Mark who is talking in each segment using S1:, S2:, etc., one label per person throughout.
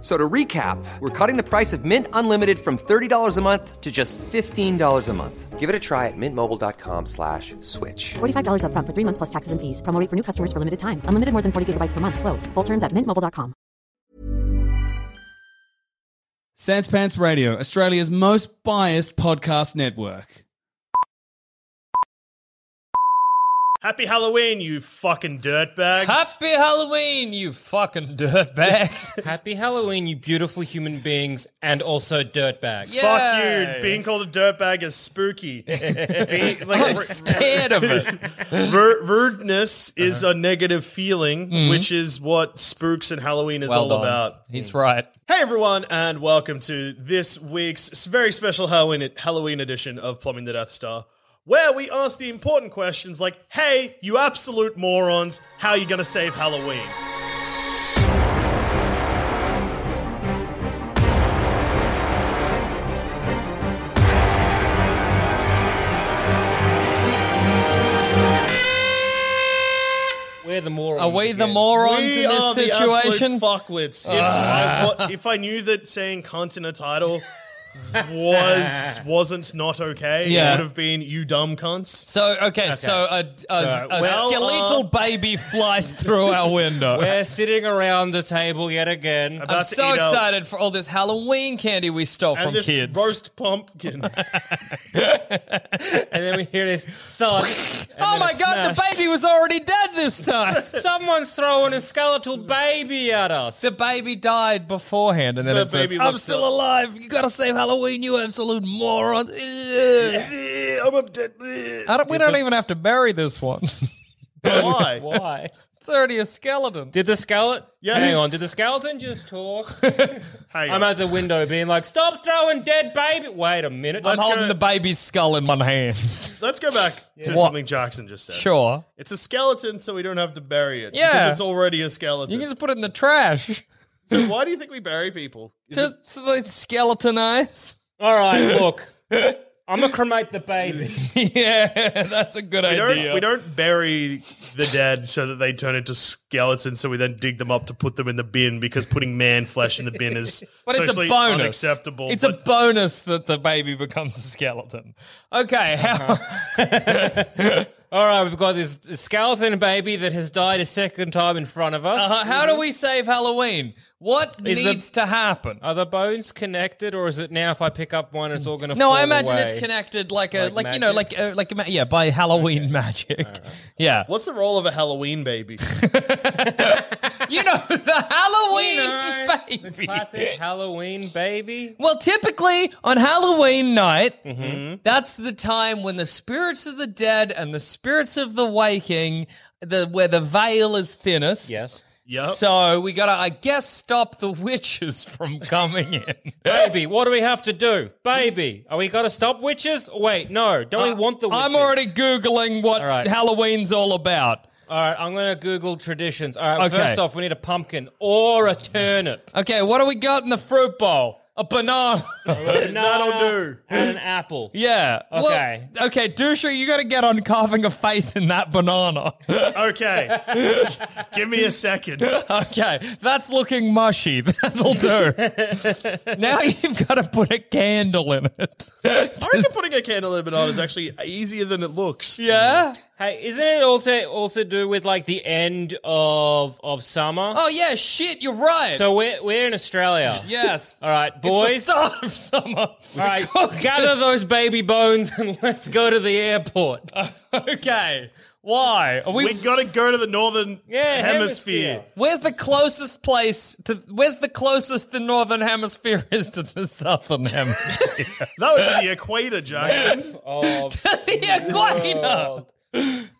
S1: So to recap, we're cutting the price of Mint Unlimited from $30 a month to just $15 a month. Give it a try at mintmobile.com slash switch.
S2: $45 upfront for three months plus taxes and fees. Promo rate for new customers for limited time. Unlimited more than 40 gigabytes per month. Slows. Full terms at mintmobile.com.
S3: Sans Pants Radio, Australia's most biased podcast network.
S4: Happy Halloween, you fucking dirtbags.
S5: Happy Halloween, you fucking dirtbags.
S6: Happy Halloween, you beautiful human beings and also dirtbags.
S5: Yeah.
S4: Fuck you. Being called a dirtbag is spooky. Being, like, ru-
S5: Scared of it.
S4: ru- rudeness is a negative feeling, which is what spooks and Halloween is all
S5: Mm-hmm. Well done.
S4: about.
S5: He's right.
S4: Hey everyone, and welcome to this week's very special Halloween Halloween edition of Plumbing the Death Star, where we ask the important questions like, "Hey, you absolute morons, how you gonna save Halloween?"
S6: We're the morons.
S5: Are we the
S6: again.
S5: morons
S4: we
S5: in
S4: are
S5: this
S4: the absolute
S5: situation? Ah.
S4: fuckwits. If, I, wa- if I knew that saying "cunt" in a title was wasn't not okay,
S5: Yeah.
S4: it would have been "you dumb cunts."
S5: So, okay, so a, a, a
S4: well,
S5: skeletal baby flies through our window.
S6: We're sitting around the table yet again.
S4: About
S5: I'm
S4: to
S5: so
S4: eat out.
S5: excited for all this Halloween candy we stole
S4: And
S5: from
S4: this
S5: kids.
S4: roast pumpkin.
S6: And then we hear this thud.
S5: oh my god, the baby was already dead this time.
S6: baby. Someone's throwing a skeletal baby at us.
S5: the baby died beforehand, and then
S4: The
S5: it says,
S4: baby
S5: "I'm
S4: looks
S5: still
S4: up.
S5: alive. You gotta save Halloween, you absolute morons." Ugh.
S4: I'm upset.
S5: I don't, we don't even have to bury this one. it's
S4: Why?
S6: Why?
S5: already a skeleton.
S6: Did the skeleton?
S4: Yeah.
S6: Hang on. Did the skeleton just talk?
S4: Hang on.
S6: I'm at the window being like, "Stop throwing dead baby." Wait a minute.
S5: I'm
S4: Let's
S5: holding
S4: go-
S5: the baby's skull in one hand.
S4: Let's go back to
S5: What?
S4: something Jackson just said.
S5: sure,
S4: It's a skeleton, so we don't have to bury it.
S5: Yeah.
S4: Because it's already a
S5: you
S4: skeleton.
S5: can just put it in the trash.
S4: So why do you think we bury people? Is
S5: To,
S4: it-
S5: to the skeletonize.
S6: All right, look. I'm gonna cremate the baby.
S5: yeah, that's a good
S4: we,
S5: idea.
S4: don't, we don't bury the dead so that they turn into skeletons, so we then dig them up to put them in the bin because putting man flesh in the bin is
S5: But it's
S4: socially
S5: a bonus.
S4: unacceptable.
S5: It's a
S4: but
S5: bonus that the baby becomes a skeleton. Okay, how,
S6: All right, we've got this skeleton baby that has died a second time in front of us.
S5: uh, how do we save Halloween? What
S6: Is the- Oh,
S5: needs to happen?
S6: Are the bones connected, or is it now if I pick up one, it's all going to?
S5: No,
S6: fall
S5: I imagine
S6: away?
S5: it's connected like a like,
S6: Like
S5: you know like uh,
S6: magic?
S5: like a ma- yeah by Halloween magic. Yeah,
S4: what's the role of a Halloween baby?
S5: you know the Halloween
S6: You know, the
S5: baby.
S6: classic Halloween baby.
S5: Well, typically on Halloween night,
S6: Mm-hmm.
S5: that's the time when the spirits of the dead and the spirits of the waking, the where the veil is thinnest.
S6: Yes,
S4: Yep.
S5: So we gotta, I guess, stop the witches from coming in.
S6: baby. What do we have to do, baby? Are we going to stop witches? Wait, no. Don't we want the? Witches?
S5: Uh, I'm already googling what
S6: All right.
S5: Halloween's all about.
S6: All right, I'm going to Google traditions. All right,
S5: Okay.
S6: first off, we need a pumpkin or a turnip,
S5: Okay, what do we got in the fruit bowl? A banana.
S4: That'll do.
S6: and an apple.
S5: yeah. Well,
S6: Okay.
S5: okay, Dusha, you gotta get on carving a face in that banana.
S4: Okay. Give me a second.
S5: okay, that's looking mushy. That'll do. now you've gotta put a candle in it.
S4: I reckon putting a candle in a banana is actually easier than it looks.
S5: yeah.
S6: Hey, isn't it also also do with like the end of of summer?
S5: Oh yeah, shit. You're right.
S6: So we're we're in Australia.
S5: yes.
S6: All right,
S5: Boys,
S6: boys.
S5: start of summer.
S6: All right, gather those baby bones and let's go to the airport.
S5: Okay. Why? Are we?
S4: We gotta go to the northern
S6: Yeah,
S4: hemisphere.
S6: hemisphere.
S5: where's the closest place to? Where's the closest the northern hemisphere is to the southern hemisphere?
S4: That would be the equator, Jackson.
S6: Oh,
S5: the equator.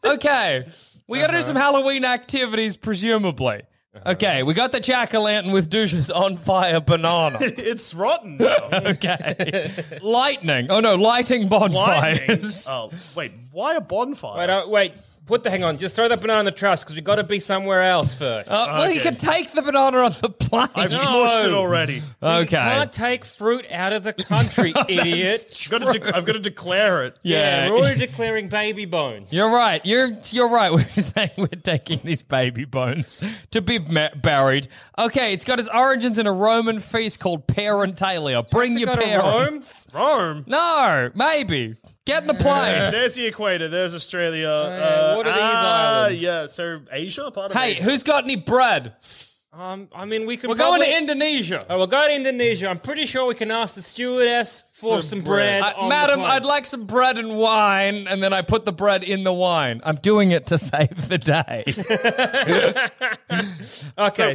S5: okay, we got to do some Halloween activities, presumably. Okay, we got the jack o' lantern with douches on fire banana.
S4: it's rotten. Now.
S5: Okay, lightning. Oh no, lighting bonfires.
S4: Lightning. Oh wait, why a bonfire?
S6: Wait, uh, wait. Put the hang on. Just throw that banana in the trash because we got to be somewhere else first.
S5: Uh, Well, you
S4: Okay.
S5: can take the banana on the plane.
S4: I've smushed it already.
S6: You
S5: Okay.
S6: can't take fruit out of the country, idiot.
S4: I've got, to de- I've got to declare it.
S6: Yeah,
S5: Yeah.
S6: we're already declaring baby bones.
S5: You're right. You're you're right. We're saying we're taking these baby bones to be ma- buried. Okay, it's got its origins in a Roman feast called parentalia. Bring your
S6: Go to Rome.
S5: parents.
S4: Rome.
S5: No, maybe get in the plane.
S4: There's the equator. There's Australia.
S5: Oh,
S6: Hey,
S4: uh,
S6: what are these
S4: ah,
S6: islands?
S4: Yeah, so Asia, part of
S5: Hey,
S4: Asia.
S5: who's got any bread?
S6: Um, I mean, we can.
S5: We're
S6: probably-
S5: going to Indonesia.
S6: Oh, we're going to Indonesia. I'm pretty sure we can ask the stewardess for
S4: For
S6: some bread.
S4: bread.
S5: Uh,
S6: on
S5: madam,
S6: the plane.
S5: I'd like some bread and wine, and then I put the bread in the wine. I'm doing it to save the day.
S6: Okay,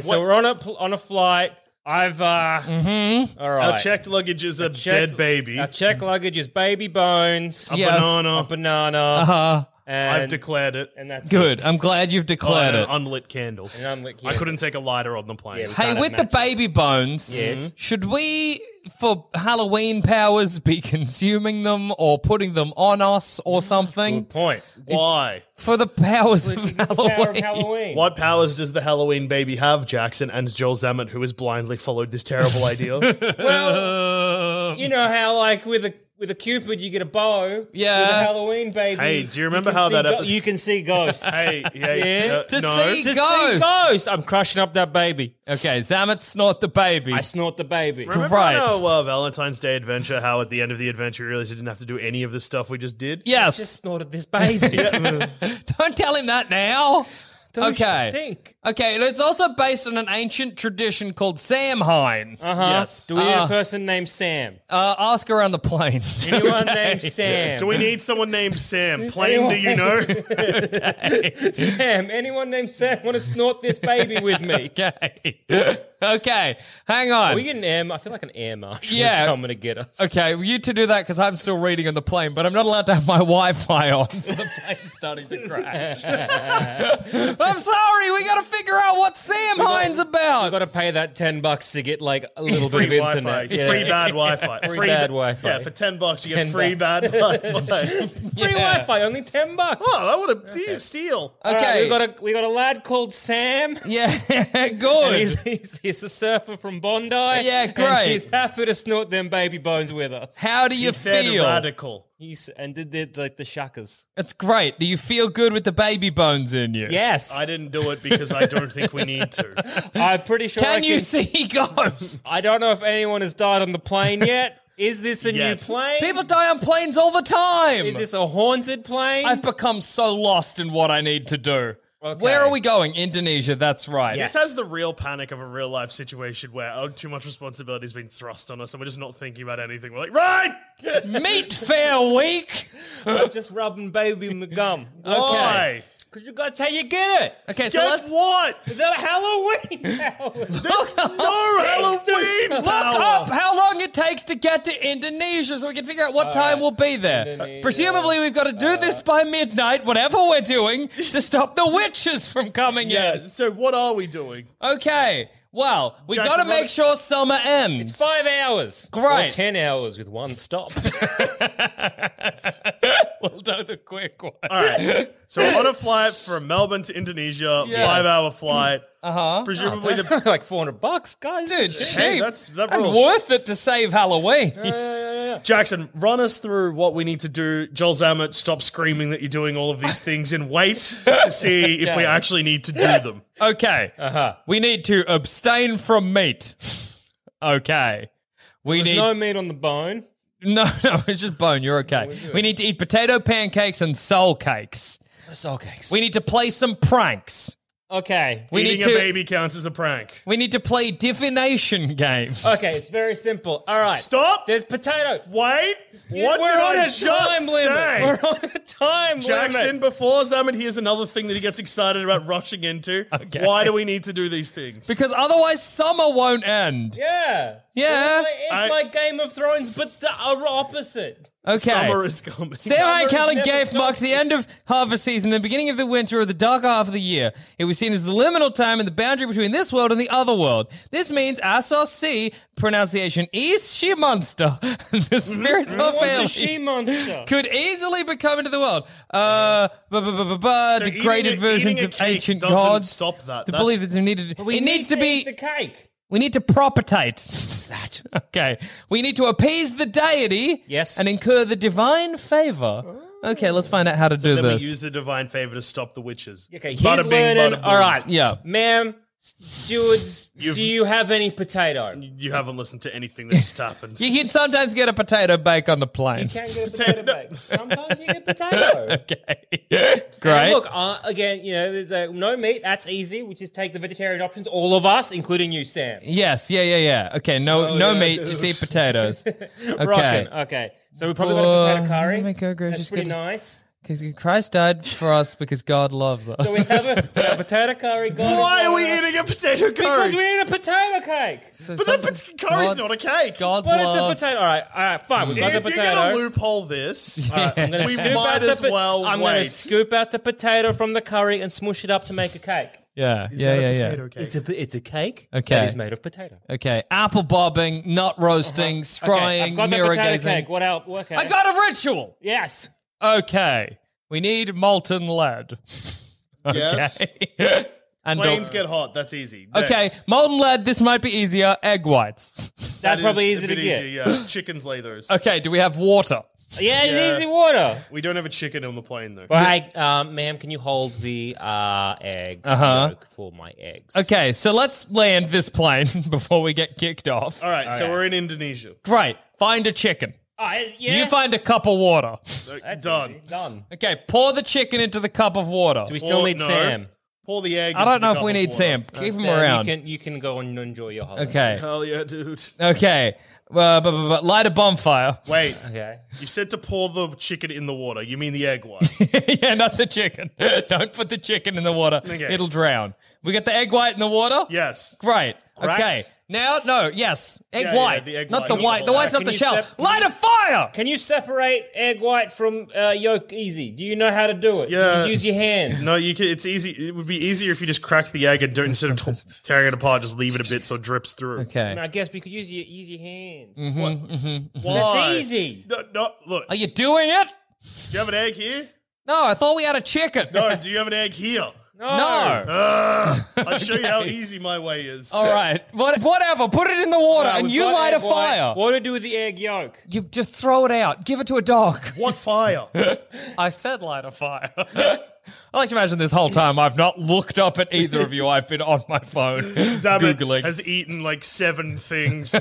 S4: So
S6: so,
S4: what-
S6: we're on a pl- on a flight. I've uh, all right.
S4: Our checked luggage is a,
S6: Check-
S4: dead baby. Mm-hmm.
S6: Our check luggage is baby bones.
S4: a
S5: yes.
S4: banana.
S6: A banana. Uh-huh. And,
S4: I've declared it.
S6: and that's
S5: Uh, Good. I'm glad you've declared
S4: on
S5: it.
S4: an unlit candle.
S6: An unlit
S4: I
S6: candle.
S4: couldn't take a lighter on the plane.
S6: Yeah.
S5: Hey,
S6: Kind of
S5: with the
S6: matches.
S5: baby bones,
S6: Yes.
S5: should we, for Halloween powers, be consuming them or putting them on us or something?
S4: Um,
S6: Good point.
S4: Why?
S5: For the powers of
S6: Power of
S5: Halloween.
S6: Halloween.
S4: What powers does the Halloween baby have, Jackson and Joel Zammett, who has blindly followed this terrible idea?
S6: Well, you know how like with a with a cupid you get a bow.
S5: Yeah.
S6: With a Halloween baby.
S4: Hey, do you remember
S6: can
S4: how
S6: see
S4: that
S6: go-
S4: episode-
S6: you can see ghosts?
S4: hey, yeah,
S6: Yeah.
S4: uh,
S5: To
S4: no.
S5: see-
S6: Just see
S5: Ghosts.
S6: ghosts. I'm crushing up that baby.
S5: Okay, Zamet snort the baby.
S6: I snort the baby.
S4: Remember
S5: Right.
S4: on our uh, Valentine's Day adventure, how at the end of the adventure you realized you didn't have to do any of the stuff we just did?
S5: yes.
S6: Just snorted this baby.
S5: Don't tell him that now.
S6: Don't
S5: okay.
S6: you think?
S5: Okay, and it's also based on an ancient tradition called Samhain. Uh-huh.
S4: Yes.
S6: Do we need a person named Sam?
S5: Uh, ask around the plane.
S6: Anyone named Sam?
S4: Do we need someone named Sam? Plain, do you know?
S6: Sam? Anyone named Sam want to snort this baby with me?
S5: okay. okay, hang
S6: Are
S5: on.
S6: we get an air? I feel like an air marshal
S5: Yeah.
S6: is coming to get us.
S5: Okay, well, you two do that because I'm still reading on the plane, but I'm not allowed to have my Wi-Fi on, so the plane's starting to crash. I'm sorry, we got to figure out what Samhain's
S6: I've
S5: about.
S6: got to pay that ten bucks to get like a little bit of
S4: free Wi
S6: internet.
S4: Fi.
S6: Yeah.
S4: Free bad Wi Fi.
S6: Free bad Wi-Fi.
S4: Yeah, for 10 bucks, you
S6: 10
S4: get free
S6: bucks.
S4: bad Wi Fi.
S6: Free Wi-Fi, only ten bucks.
S4: oh, that would a de- steal.
S6: All right,
S5: Okay,
S6: we got a we got a lad called Sam.
S5: yeah,
S6: And
S5: good.
S6: he's, he's, he's a surfer from Bondi.
S5: Yeah,
S6: And
S5: great.
S6: he's happy to snort them baby bones with us.
S5: How do you
S4: Said
S5: feel?
S4: radical.
S6: He's and did the like the shuckers.
S5: It's great. Do you feel good with the baby bones in you?
S6: Yes,
S4: I didn't do it because I don't think we need to.
S6: I'm pretty sure. I
S5: Can you
S6: can-
S5: see ghosts?
S6: I don't know if anyone has died on the plane yet. Is this a
S4: Yet.
S6: new plane?
S5: People die on planes all the time.
S6: Is this a haunted plane?
S5: I've become so lost in what I need to do.
S6: Okay.
S5: Where are we going? Indonesia. That's right.
S4: This has the real panic of a real life situation where oh, too much responsibility has been thrust on us and we're just not thinking about anything. We're like, right,
S5: Meat fair week.
S6: I'm just rubbing baby in the gum.
S4: why?
S6: Because you got to how you get it.
S5: Okay, so
S4: Get
S5: let's
S4: what?
S6: Is that Halloween?
S4: There's no Halloween
S5: Look
S4: power.
S5: up how long it takes to get to Indonesia so we can figure out what time we'll be there. Presumably, we've got to do this by
S4: Uh-huh.
S5: midnight, whatever we're doing, to stop the witches from coming
S4: Yeah,
S5: in.
S4: so what are we doing?
S5: Okay, well, we've
S4: Jackson,
S5: got to
S4: what-
S5: make sure summer ends.
S6: Five hours.
S5: Great.
S6: Or ten hours with one stop.
S5: We'll do the quick one.
S4: All right. So we're on a flight from Melbourne to Indonesia,
S5: Yeah.
S4: five hour flight.
S6: Uh-huh.
S4: Uh huh. Presumably the.
S6: like 400 bucks, guys.
S5: Dude, cheap.
S4: Hey, that's that
S5: and
S4: rules.
S5: worth it to save Halloween.
S4: Jackson, run us through what we need to do. Joel Zammett, stop screaming that you're doing all of these things and wait to see if we actually need to do them.
S5: Okay. Uh-huh. We need to abstain from meat. Okay. We
S6: There's
S5: need
S6: no meat on the bone.
S5: no, no, it's just bone. You're okay. We need to eat potato pancakes and soul cakes.
S6: Oh, Soul cakes.
S5: We need to play some pranks.
S6: Okay.
S5: We
S4: Eating
S5: need
S4: a
S5: to
S4: baby counts as a prank.
S5: we need to play divination games.
S6: Okay, it's very simple. All right.
S4: Stop.
S6: There's potato.
S4: Wait. What
S6: We're
S4: did
S6: on
S4: I
S6: a
S4: just
S6: time
S4: say?
S6: limit. We're on a time
S4: Jackson,
S6: limit.
S4: before Zaman hears another thing that he gets excited about rushing into,
S5: Okay.
S4: why do we need to do these things?
S5: Because otherwise summer won't end.
S6: Yeah.
S5: Yeah.
S6: It's like- It's
S4: I-
S6: like Game of Thrones, but the uh, opposite.
S5: Okay.
S4: summer is coming.
S5: Samurai
S6: Summer
S5: Callan
S6: never
S5: Gave
S6: stops.
S5: marked the end of harvest season, the beginning of the winter, or the dark half of the year. It was seen as the liminal time and the boundary between this world and the other world. This means SRC, pronunciation East She Monster, the spirits of
S6: What the
S5: family.
S6: she monster?
S5: Could easily become into the world. Uh, bu- bu- bu- bu- bu-
S4: So
S5: degraded
S4: eating a-
S5: versions
S4: eating a
S5: of
S4: cake
S5: ancient
S4: doesn't
S5: gods.
S4: stop that.
S5: To
S4: That's-
S5: believe that they needed.
S6: We
S5: it
S6: need
S5: needs to
S6: to
S5: be.
S6: eat the cake.
S5: We need to propertate. What's that? Okay. We need to appease the deity.
S6: Yes.
S5: And incur the divine favor. Okay, let's find out how to do
S4: Then
S5: this.
S4: we use the divine favor to stop the witches.
S6: Okay, he's
S4: Bada bing,
S6: learning.
S4: bada boom.
S6: All right,
S5: Yeah.
S6: ma'am, s- stewards,
S4: You've-
S6: do you have any potato? You
S4: You haven't listened to anything that just happened.
S5: you can sometimes get a potato bake on the plane.
S6: can get a potato bake. Sometimes you get potato.
S5: Okay. Great.
S6: And Look, uh, again, you know, there's uh, no meat. That's easy. We just take the vegetarian options. All of us, including you, Sam.
S5: yes, yeah, yeah, yeah. Okay, no
S6: Oh,
S5: no meat, just eat potatoes. Okay.
S6: Rockin'. Okay. So we probably got a
S5: Oh,
S6: potato curry.
S5: oh my God, gracious
S6: That's pretty
S5: goodness.
S6: nice.
S5: 'Cause Christ died for us because God loves us.
S6: So we have a, we have a potato curry. God is
S4: Why are
S6: all
S4: we
S6: right.
S4: eating a potato curry?
S6: Because we eat a potato cake.
S5: So
S4: But that
S5: sometimes
S4: pot- curry's not a cake.
S5: God's
S6: Well,
S5: love.
S6: it's a potato. All right, all right, fine. We've got the
S4: if you're
S6: potato.
S4: going to loophole this,
S6: I'm gonna
S4: we
S6: scoop out
S4: might
S6: the
S4: as
S6: po-
S4: well
S6: I'm gonna
S4: wait.
S6: scoop out the potato from the curry and smoosh it up to make a cake.
S5: Yeah, yeah, yeah, yeah.
S6: It's a it's a cake
S5: Okay.
S6: that is made of potato.
S5: Okay, apple bobbing, nut roasting,
S6: Uh-huh. Okay,
S5: scrying,
S6: I've got the
S5: mirror
S6: potato
S5: gazing.
S6: cake. What else? Okay.
S5: I got a ritual.
S6: yes.
S5: Okay, we need molten lead.
S4: Yes.
S5: Okay. and
S4: Planes
S5: uh,
S4: get hot. That's easy.
S5: okay,
S4: Next.
S5: molten lead. This might be easier. Egg whites.
S6: That's
S4: That
S6: probably
S4: is a
S6: easy to
S4: bit
S6: get.
S4: easier, yeah. Chickens lay those.
S5: okay, do we have water?
S6: Yeah, it's
S4: Yeah.
S6: easy water.
S4: We don't have a chicken on the plane though.
S6: All right, um, ma'am, can you hold the uh, egg
S5: Uh-huh.
S6: yolk for my eggs?
S5: Okay, so let's land this plane before we get kicked off.
S4: All right, so we're in Indonesia.
S5: Great. Find a chicken.
S6: I- Oh, yeah.
S5: You find a cup of water.
S4: So,
S6: That's
S4: done.
S6: easy. Done.
S5: Okay, pour the chicken into the cup of water.
S6: Do we still
S4: Or
S6: need
S4: no.
S6: Sam?
S4: Pour the egg.
S5: I don't
S4: into
S5: know
S4: the
S5: if we
S4: cup of
S5: need
S4: water.
S5: Sam. Keep him
S6: Uh, Sam,
S5: around.
S6: You can, you can go and enjoy your holiday.
S5: Okay.
S4: Hell yeah, dude.
S5: Okay. Uh, but, but, but light a bonfire.
S4: Wait,
S6: Okay.
S4: you said to pour the chicken in the water. You mean the egg white?
S5: yeah, not the chicken. Don't put the chicken in the water.
S4: Okay.
S5: It'll drown. We got the egg white in the water?
S4: yes.
S5: Great.
S6: Correct.
S5: Okay. Now, no, yes. Egg
S4: Yeah, yeah,
S5: white.
S4: the egg
S5: not
S4: white.
S5: the
S4: Not
S5: white.
S4: the
S5: The
S4: white.
S5: white's not
S6: Can
S5: the
S6: you
S5: shell.
S6: step-
S5: light a fire!
S6: Can you separate egg white from uh, yolk easy? Do you know how to do it? You
S4: Yeah.
S6: just use your hand.
S4: No, you could. It's easy. It would be easier if you just cracked the egg and don't instead of t- tearing it apart, just leave it a bit so it drips through.
S5: Okay.
S6: And I guess we could use your use your hands.
S4: Why?
S6: It's easy.
S4: No, no, look.
S5: Are
S4: Do
S5: you doing it?
S4: you have an egg here?
S5: No, I thought we had a chicken.
S4: No. Do you have an egg here?
S6: No.
S4: Ugh. I'll show you how easy my way is.
S5: All right. What, whatever. Put it in the water
S6: Right,
S5: and
S6: we've
S5: you
S6: got
S5: light a
S6: egg white.
S5: fire.
S6: What do I do with the egg yolk?
S5: You just throw it out. Give it to a dog.
S4: What fire?
S5: I said light a fire. I like to imagine this whole time I've not looked up at either of you. I've been on my phone
S4: Zabit
S5: googling.
S4: has eaten like seven things,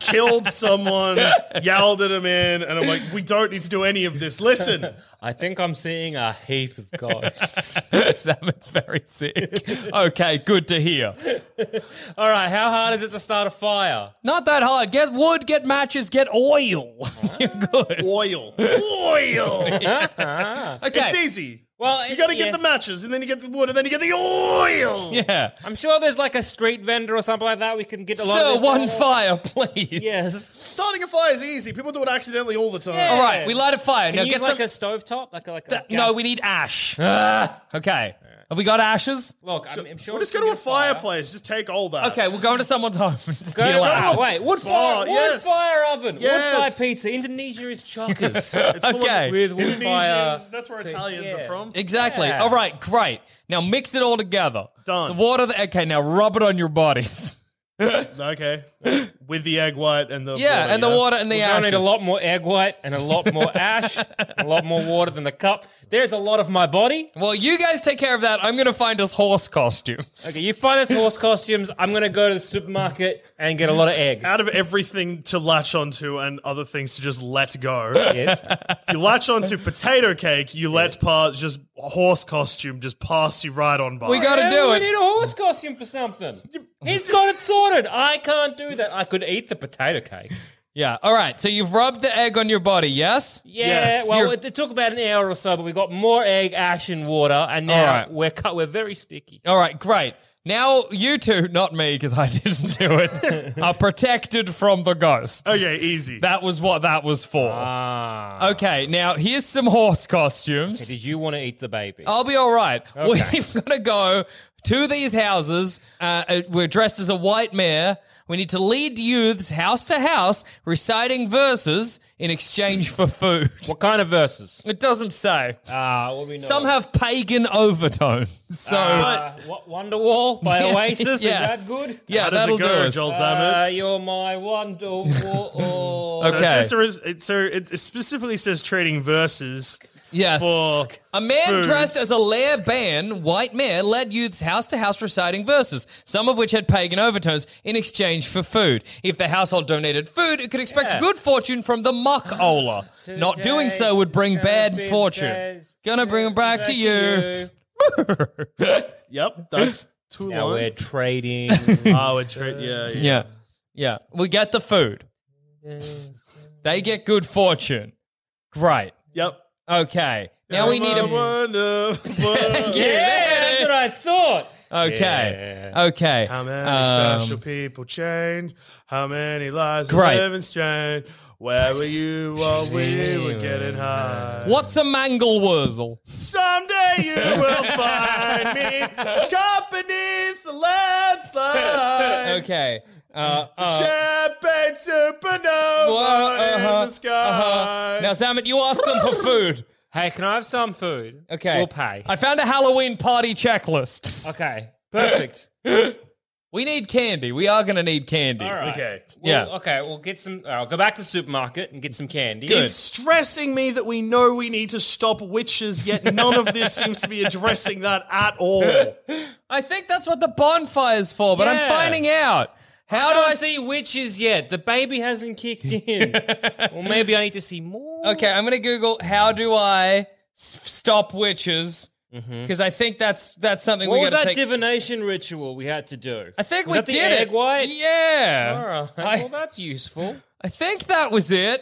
S4: killed someone, yelled at him in, and I'm like, we don't need to do any of this. Listen,
S6: I think I'm seeing a heap of ghosts.
S5: Zabit's very sick. Okay, good to hear.
S6: All right, how hard is it to start a fire?
S5: Not that hard. Get wood, get matches, get oil. You're good.
S4: oil, oil.
S5: Okay.
S4: It's easy.
S6: Well,
S4: You
S6: it-
S4: got to
S6: yeah.
S4: get the matches, and then you get the wood, and then you get the oil.
S5: Yeah.
S6: I'm sure there's like a street vendor or something like that. We can get a lot
S5: Sir,
S6: of this
S5: one fire, please.
S6: Yes.
S4: Starting a fire is easy. People do it accidentally all the time.
S5: All right, we light a fire.
S6: Can
S5: now
S6: you
S5: get
S6: use like
S5: some.
S6: a stove top? Like a, like a
S5: Th-
S6: gas- Ah!
S5: no, we need ash. okay. Have we got ashes?
S6: Look, I'm, I'm sure
S4: We'll just
S6: we
S4: go
S6: can
S4: to a
S6: get fire.
S4: fireplace. Just take all that.
S5: Okay, we're going to someone's home. and
S6: Go
S5: steal
S6: to
S5: ash.
S6: that. Wait, wood fire,
S4: Oh,
S6: wood
S4: yes.
S6: fire oven, wood
S4: Yes.
S6: fire pizza. Indonesia is chockers.
S4: It's full of
S5: Okay.
S6: With wood fire.
S4: Indonesians. That's where Italians
S6: Yeah.
S4: are from.
S5: Exactly.
S6: Yeah.
S5: All right, great. Now mix it all together.
S4: Done.
S5: The water. The, okay, now rub it on your bodies.
S4: Okay. with the egg white and the
S5: Yeah,
S4: water,
S5: and the water and the
S6: We're gonna
S5: ashes.
S6: need a lot more egg white and a lot more ash, a lot more water than the cup. There's a lot of my body.
S5: Well, you guys take care of that. I'm going to find us horse costumes.
S6: Okay, you find us horse costumes. I'm gonna go to the supermarket and get a lot of egg.
S4: Out of everything to latch onto and other things to just let go,
S6: Yes.
S4: you latch onto potato cake. You let pass just a horse costume just pass you right on by.
S5: We got to
S6: Yeah,
S5: do
S6: we
S5: it.
S6: need a horse costume for something. He's got it sorted. I can't do that. I could eat the potato cake.
S5: Yeah. All right. So you've rubbed the egg on your body, yes?
S6: Yeah,
S4: Yes.
S6: well,
S5: You're-
S6: it, it took about an hour or so, but we got more egg, ash, and water, and now
S5: All right. Oh.
S6: we're cut. We're very sticky.
S5: All right, great. Now you two, not me, because I didn't do it, are protected from the ghosts.
S4: okay, easy.
S5: That was what that was for. Okay, now here's some horse costumes.
S6: Ah. Did you want to eat the baby?
S5: I'll be all right. We've got to go to these houses. Uh, uh, we're dressed as a white mare. We need to lead youths house to house reciting verses in exchange for food.
S6: What kind of verses?
S5: It doesn't say.
S6: Ah, what we know.
S5: Some have pagan overtones. So,
S6: Uh, what, Wonderwall by Oasis.
S5: Yes.
S6: Is that good?
S5: Yeah,
S4: How does
S5: that'll
S4: it go,
S5: do us.
S4: Joel
S6: Uh,
S4: Zammert?
S6: you're my Wonderwall.
S4: So
S5: Okay.
S4: it, says there is, it, so it specifically says trading verses
S5: yes.
S4: for
S5: A man
S4: food.
S5: dressed as a lair ban, white mare, led youths house to house reciting verses, some of which had pagan overtones, in exchange for food. If the household donated food, it could expect
S6: Yeah. Ah,
S5: good fortune from the muck ola. Not doing so would bring bad fortune. Gonna bring it back to you.
S4: Yep, that's too
S6: Now
S4: long.
S6: we're trading.
S4: Oh, we're tra- yeah, yeah.
S5: Yeah. Yeah. We get the food. They get good fortune. Great.
S4: Yep.
S5: Okay. Now we need
S4: a
S5: a.
S4: wonderful.
S6: yeah, that's what I thought.
S5: Okay. Okay.
S4: How many
S5: Um,
S4: special people change? How many lives
S5: Great.
S4: we live in strain? Where were you while we were getting high?
S5: What's a mangle wurzel?
S4: Someday you will find me caught beneath the landslide.
S5: Okay. Uh, uh,
S4: Champagne supernova
S5: Whoa, uh-huh,
S4: in the sky.
S5: uh-huh. Now, Zamet, you asked them for food.
S6: Hey, can I have some food?
S5: Okay.
S6: We'll pay.
S5: I found a Halloween party checklist.
S6: okay. Perfect.
S5: We need candy. We are going to need candy.
S6: All right.
S4: Okay.
S6: Well, uh,
S5: Yeah.
S6: Okay, we'll get some. I'll go back to the supermarket and get some candy.
S5: Good.
S4: It's stressing me that we know we need to stop witches, yet none of this seems to be addressing that at all.
S5: I think that's what the bonfire's for, but I'm
S6: Yeah.
S5: finding out. How
S6: How
S5: do I see?
S6: see witches yet? The baby hasn't kicked in. or maybe I need to see more.
S5: Okay, I'm going to Google how do I s- stop witches because I think that's that's something
S6: Mm-hmm. What
S5: we
S6: was
S5: got
S6: that
S5: to take.
S6: divination ritual we had to do?
S5: I think
S6: Was
S5: we
S6: that the
S5: did
S6: egg
S5: it.
S6: white?
S5: Yeah.
S6: All right.
S5: I-
S6: well, that's useful.
S5: I think that was it.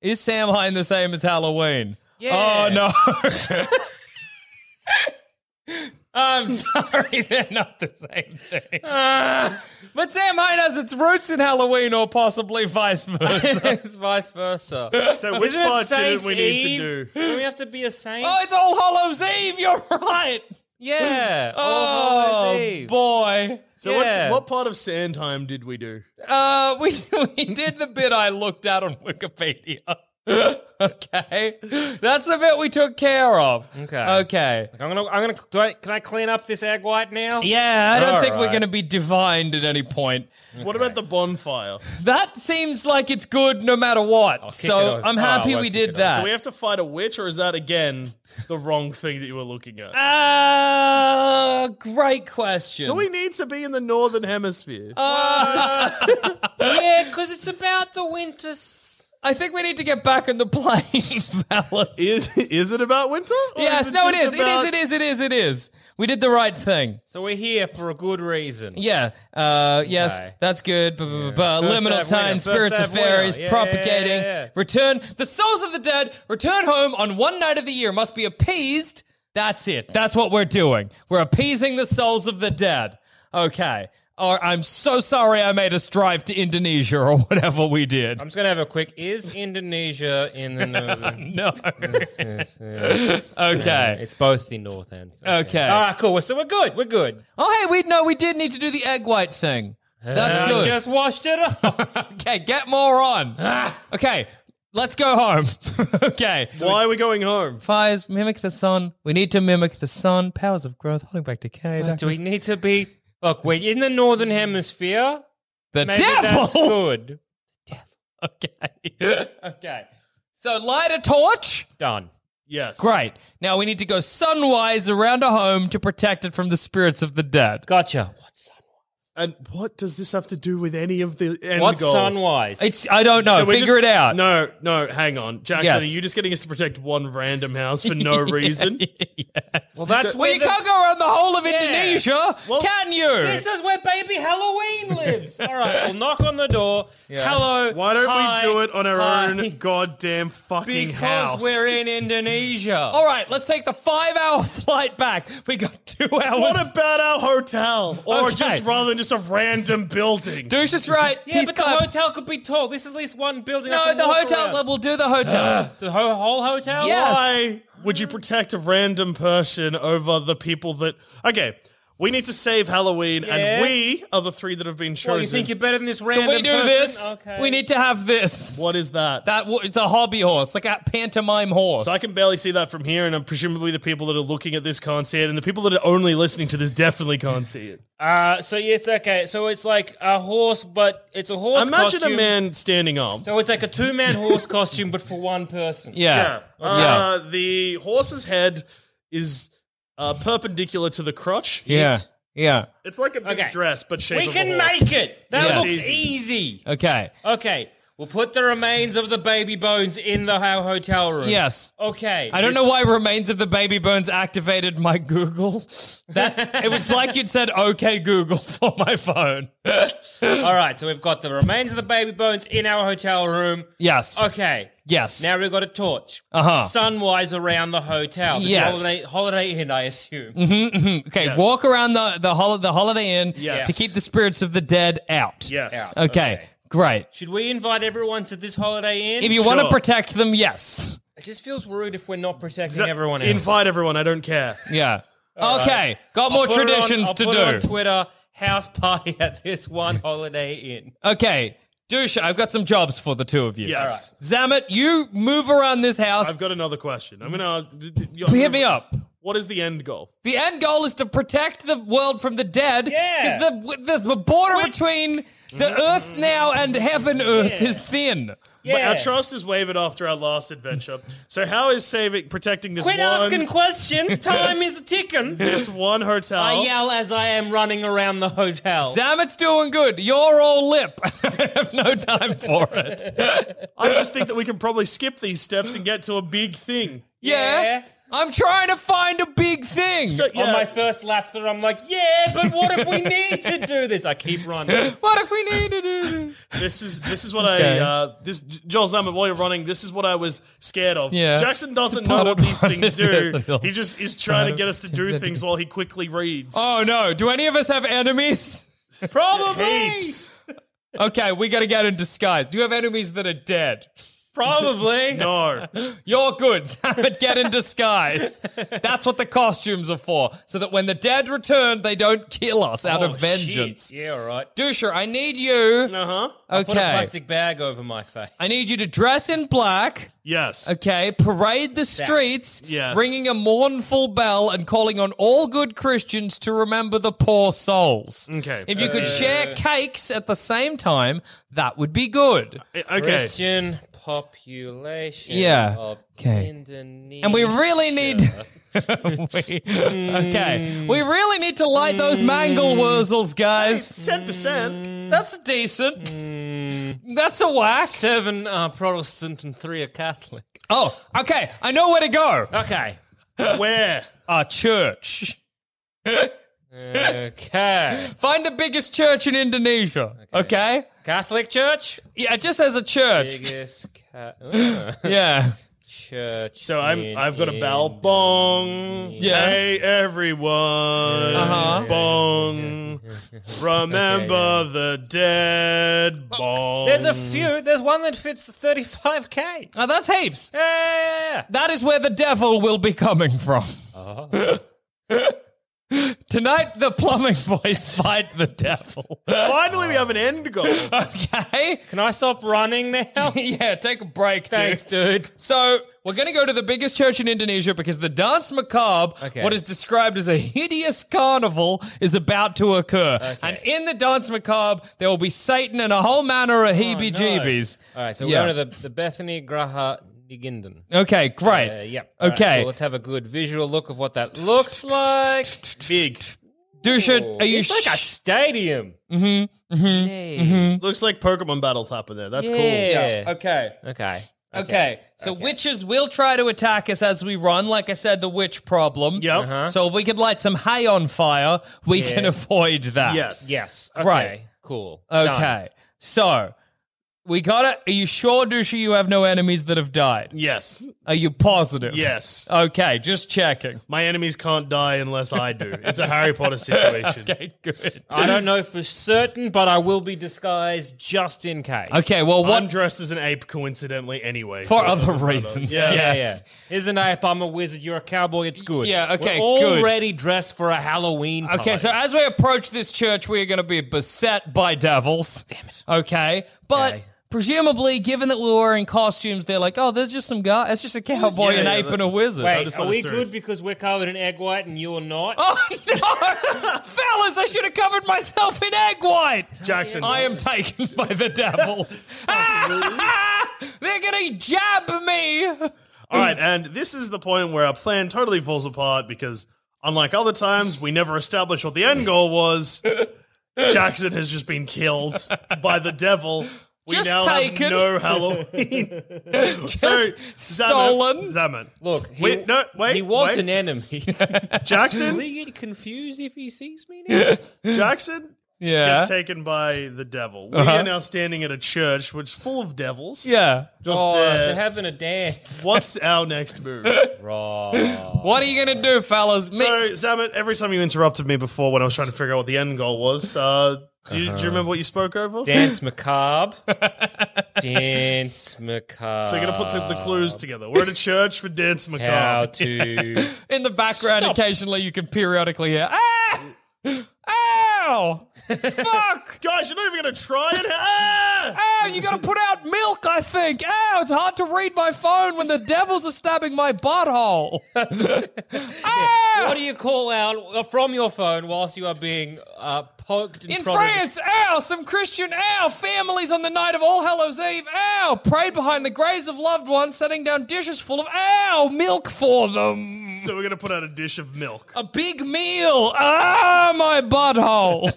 S5: Is Sam Hine the same as Halloween?
S6: Yeah.
S5: Oh no. I'm sorry, they're not the same thing.
S6: Ah.
S5: but Sam Hine has its roots in Halloween, or possibly vice versa.
S6: It's vice versa.
S4: So which
S6: Isn't it
S4: part didn't
S6: Saints
S4: we need
S6: Eve?
S4: to do?
S6: Do we have to be a saint?
S5: oh, it's All Hallows Eve. You're right.
S6: yeah.
S5: Oh, boy.
S4: So
S6: Yeah.
S4: what, what part of Sandheim did we do?
S5: Uh, we we did the bit I looked at on Wikipedia. okay, that's the bit we took care of.
S6: Okay.
S5: Okay.
S6: I'm gonna. I'm gonna. Do I, can I clean up this egg white now?
S5: Yeah, I don't
S6: All
S5: think we're
S6: right.
S5: going to be divined at any point.
S4: What about the bonfire?
S5: That seems like it's good no matter what.
S6: kick
S5: So
S6: it off.
S5: I'm
S6: Oh, I
S5: happy
S6: won't
S5: we
S6: kick
S5: did
S6: it off.
S5: that.
S4: Do we have to fight a witch, or is that again the wrong thing that you were looking at?
S5: Ah, great question.
S4: Do we need to be in the northern hemisphere?
S5: Uh,
S6: Yeah, because it's about the winter. s-
S5: I think we need to get back on the plane, fellas.
S4: is is it about winter? or
S5: yes, no, it
S4: just
S5: is.
S4: about-
S5: It is. It is. It is. It is. We did the right thing.
S6: So we're here for a good reason.
S5: Yeah. Uh, yes,
S6: Okay.
S5: that's good. Blah, blah, blah, blah.
S6: First day
S5: Liminal
S6: of
S5: time,
S6: winter, first
S5: spirits
S6: day
S5: of
S6: of winter.
S5: fairies,
S6: Yeah,
S5: propagating.
S6: yeah, yeah, yeah.
S5: Return. The souls of the dead return home on one night of the year must be appeased. That's it. That's what we're doing. We're appeasing the souls of the dead. Okay. Or I'm so sorry I made us drive to Indonesia or whatever we did.
S6: I'm just gonna have a quick. Is Indonesia in the northern?
S5: no.
S6: Yes, yeah.
S5: Okay.
S6: It's both the north Ah, end.
S5: Okay.
S6: All right. Cool. So we're good. We're good.
S5: Oh, hey, we no, we did need to do the egg white thing.
S6: I
S5: That's good.
S6: Uh, just washed it Ah. off.
S5: Okay, get more on. okay, let's go home. okay.
S4: Why are we going home?
S5: Fires mimic the sun. We need to mimic the sun. Powers of growth, holding back decay.
S6: Do we
S5: darkness.
S6: need to be? Look, we're in the northern hemisphere.
S5: The
S6: Maybe
S5: devil.
S6: that's good.
S5: Okay. okay. So light a torch.
S6: Done.
S4: Yes.
S5: Great. Now we need to go sunwise around a home to protect it from the spirits of the dead.
S6: Gotcha. What's,
S4: And what does this have to do with any of the end
S6: what's
S4: goal?
S6: sunwise?
S5: It's I don't know.
S4: So we're
S5: Figure
S4: just-
S5: it out.
S4: No, no, hang on. Jackson,
S5: Yes.
S4: are you just getting us to protect one random house for no reason?
S6: well, that's
S5: Well,
S6: where
S5: you
S6: the-
S5: can't go around the whole of Indonesia,
S4: Well,
S5: can you?
S6: This is where baby Halloween lives. All right, we'll knock on the door. Hello.
S4: Why don't
S6: hi,
S4: we do it on our
S6: hi.
S4: own goddamn fucking
S6: Because
S4: house?
S6: we're in Indonesia.
S5: All right, let's take the five-hour flight back. We got two hours.
S4: What about our hotel? Or
S5: Okay.
S4: just rather than just a random building?
S5: Douche is right.
S6: Yeah,
S5: He's
S6: but the
S5: cut.
S6: hotel could be tall. This is at least one building. I
S5: No,
S6: can
S5: the
S6: walk
S5: hotel.
S6: around.
S5: We'll do the hotel.
S6: The ho- whole hotel?
S5: Yeah. Yes.
S4: Why would you protect a random person over the people that. Okay, we need to save Halloween,
S6: Yeah.
S4: and we are the three that have been chosen.
S6: What, you think you're better than this random
S5: Can we do
S6: person?
S5: this?
S6: Okay.
S5: We need to have this.
S4: what is that?
S5: That w- it's a hobby horse, like a pantomime horse.
S4: So I can barely see that from here, and presumably the people that are looking at this can't see it, and the people that are only listening to this definitely can't see it.
S6: Uh, so it's okay. So it's like a horse, but it's a horse
S4: Imagine
S6: costume.
S4: a man standing up.
S6: So it's like a two-man horse costume, but for one person.
S5: yeah.
S4: Uh, The horse's head is uh, perpendicular to the crotch.
S5: yeah, yeah,
S4: It's like a big
S6: Okay.
S4: dress, but shaped
S6: We
S4: of a
S6: can
S4: horse.
S6: make it. That
S5: Yeah.
S6: looks
S4: It's
S6: easy.
S5: yeah. Okay.
S6: Okay. We'll put the remains of the baby bones in the ho- hotel room.
S5: Yes.
S6: Okay.
S5: I don't
S6: This-
S5: know why remains of the baby bones activated my Google. That it was like you'd said okay Google for my phone.
S6: All right. So we've got the remains of the baby bones in our hotel room.
S5: Yes.
S6: Okay.
S5: Yes.
S6: Now we've got a torch.
S5: Uh-huh.
S6: Sunwise around the hotel. This is
S5: Yes. Mm-hmm.
S6: Holiday, holiday Inn, I assume.
S5: okay, walk around the the, hol- the holiday inn
S4: Yes.
S5: to keep the spirits of the dead out.
S4: Yes.
S5: Okay. Great.
S6: Should we invite everyone to this Holiday Inn?
S5: If you want to
S4: Sure.
S5: protect them, yes.
S6: it just feels rude if we're not protecting
S4: So-
S6: everyone. else.
S4: Invite everyone. I don't care.
S5: Yeah. okay. Got more
S6: Put it on-
S5: traditions
S6: I'll
S5: to
S6: put it
S5: do.
S6: on Twitter house party at this one Holiday Inn.
S5: Okay, Dusha, I've got some jobs for the two of you.
S4: Yes.
S5: Zamet, you move around this house.
S4: I've got another question. I'm gonna
S5: Hit me up.
S4: What is the end goal?
S5: The end goal is to protect the world from the dead.
S6: Yeah. Mm-hmm.
S5: Because the, the, the border between the earth now and heaven earth is thin.
S6: Yeah.
S4: Our trust is wavered after our last adventure. So how is saving protecting this
S6: Quit asking
S4: one
S6: questions. Time is ticking.
S4: this one hotel?
S5: Oh.
S6: I yell as I am running around the hotel.
S5: Zamet's doing good. You're all lip. I have no time for it.
S4: I just think that we can probably skip these steps and get to a big thing.
S5: Yeah.
S6: Yeah.
S5: I'm trying to find a big thing.
S4: So, yeah,
S6: On my first lap through, I'm like, yeah, but what if we need to do this? I keep running.
S5: what if we need to do this?
S4: this is this is what I uh, this Joel Zaman while you're running. This is what I was scared of.
S5: Yeah.
S4: Jackson doesn't know
S5: Part
S4: what
S5: of
S4: these
S5: running
S4: things do.
S5: is a little-
S4: He just is trying to
S5: of-
S4: get us to do things while he quickly reads.
S5: Oh no. Do any of us have enemies?
S6: Probably.
S4: Heaps.
S5: Okay, we gotta get in disguise. Do you have enemies that are dead?
S6: Probably.
S4: No.
S5: Your goods haven't get in disguise. That's what the costumes are for, so that when the dead return, they don't kill us out
S6: Oh,
S5: of vengeance.
S6: shit. Yeah, all right.
S5: Dusher, I need you.
S4: Uh huh.
S6: Uh-huh. Put a
S5: Okay.
S6: plastic bag over my face.
S5: I need you to dress in black,
S4: Yes.
S5: okay, parade the streets,
S4: Yes.
S5: ringing a mournful bell and calling on all good Christians to remember the poor souls.
S4: Okay.
S5: If you could share cakes at the same time, that would be good.
S4: Uh, Okay.
S6: Christian population
S5: Yeah.
S6: of
S5: Okay.
S6: Indonesia.
S5: And we really need. We- okay, we really need to light those mangle wurzels,
S4: It's
S5: guys.
S4: ten percent.
S5: That's
S6: Mm.
S5: decent. That's a whack.
S6: Seven are Protestant and three are Catholic.
S5: Oh, okay. I know where to go.
S6: Okay.
S4: Where?
S5: A church.
S6: Okay.
S5: Find the biggest church in Indonesia. Okay.
S6: Catholic Church?
S5: Yeah, it just as a church.
S6: Biggest ca- uh,
S5: Yeah.
S6: church.
S4: So I'm.
S6: in
S4: I've got a bell. Bong.
S5: Yeah.
S4: Hey everyone.
S5: Uh-huh.
S4: Bong. Remember the dead.
S5: Oh,
S4: Bong.
S6: There's a few. There's one that fits 35k.
S5: Oh, that's heaps.
S6: Yeah. Uh-huh.
S5: That is where the devil will be coming from. Tonight, the plumbing boys fight the devil.
S4: Finally, we have an end goal.
S5: okay?
S6: Can I stop running now?
S5: yeah, take a break, dude.
S6: Thanks, dude.
S5: So we're going to go to the biggest church in Indonesia because the dance macabre,
S6: Okay.
S5: what is described as a hideous carnival, is about to occur. And in the dance macabre, there will be Satan and a whole manner
S6: Oh,
S5: of heebie-jeebies.
S6: All right, so
S5: Yeah.
S6: we're going to the, the Bethany Graha Niginden.
S5: Okay, great.
S6: Uh, yep. All right,
S5: Okay,
S6: so let's have a good visual look of what that looks like.
S4: Big.
S5: Dusha, are you
S6: it's like a
S5: sh- Mm-hmm,
S6: stadium.
S4: Looks like Pokemon battles happen there. That's cool.
S6: Yeah.
S5: okay?
S6: Okay.
S5: Okay. So witches will try to attack us as we run. Like I said, the witch problem.
S4: Yep. Uh-huh.
S5: So if we could light some hay on fire, we can avoid that.
S4: Yes.
S6: Yes. Okay.
S5: Right.
S6: Cool.
S5: Okay.
S6: Done.
S5: So we gotta are you sure, Dusha, you have no enemies that have died?
S4: Yes.
S5: Are you positive?
S4: Yes.
S5: Okay, just checking.
S4: My enemies can't die unless I do. It's a Harry Potter situation.
S5: Okay, good.
S6: I don't know for certain, but I will be disguised just in case.
S5: Okay, well
S4: I'm
S5: one
S4: dressed as an ape coincidentally anyway.
S5: for
S4: so it
S5: other
S4: doesn't matter.
S5: reasons.
S4: Yeah.
S6: Yeah,
S5: Yes.
S6: yeah. Here's an ape. I'm a wizard. You're a cowboy. It's good.
S5: Yeah, okay,
S6: We're
S5: good.
S6: already dressed for a Halloween. Party.
S5: Okay, so as we approach this church, we are going to be beset by devils. Damn it. Okay, but
S6: Okay.
S5: presumably, given that we were wearing costumes, they're like, oh, there's just some guy. It's just a cowboy,
S4: Yeah,
S5: an
S4: yeah,
S5: ape,
S4: that-
S5: and a wizard.
S4: I'll
S6: wait,
S4: just
S6: are
S4: let
S6: we
S4: us through.
S6: good because we're covered in egg white and you're not?
S5: Oh no, fellas! I should have covered myself in egg white.
S4: Jackson.
S5: I am taken by the devils. They're gonna jab me.
S4: All right, and this is the point where our plan totally falls apart because, unlike other times, we never established what the end goal was. Jackson has just been killed by the devil. We
S5: Just
S4: now
S5: taken.
S4: have no Halloween. so,
S5: Just stolen.
S4: Zaman.
S6: Look, he,
S4: Wait, no, wait,
S6: he was
S4: wait.
S6: an enemy. Will
S4: Jackson.
S6: he get confused if he sees me now?
S4: Jackson
S5: Yeah.
S4: gets taken by the devil. We
S6: Uh-huh.
S4: are now standing at a church which is full of devils.
S5: Yeah.
S4: Just uh,
S6: oh,
S4: there.
S6: they're having a dance.
S4: What's our next move?
S5: What are you gonna do, fellas? Me-
S4: So, Zamet, every time you interrupted me before when I was trying to figure out what the end goal was, uh, do, you, do you remember what you spoke over?
S6: Dance macabre. Dance macabre.
S4: So you're gonna put the, the clues together. We're at a church for dance
S6: How
S4: macabre.
S6: to.
S5: In the background,
S6: Stop.
S5: occasionally you can periodically hear. Ah! Ow! Fuck!
S4: Guys, you're not even gonna try it. Ah!
S5: Ow, you gotta put out milk, I think. Ow, it's hard to read my phone when the devils are stabbing my butthole. Ow!
S6: What do you call out from your phone whilst you are being uh, poked and
S5: In
S6: prodded?
S5: France, ow, some Christian, ow, families on the night of All Hallows Eve, ow, prayed behind the graves of loved ones, setting down dishes full of, ow, milk for them.
S4: So we're gonna put out a dish of milk.
S5: A big meal, ah, my butthole.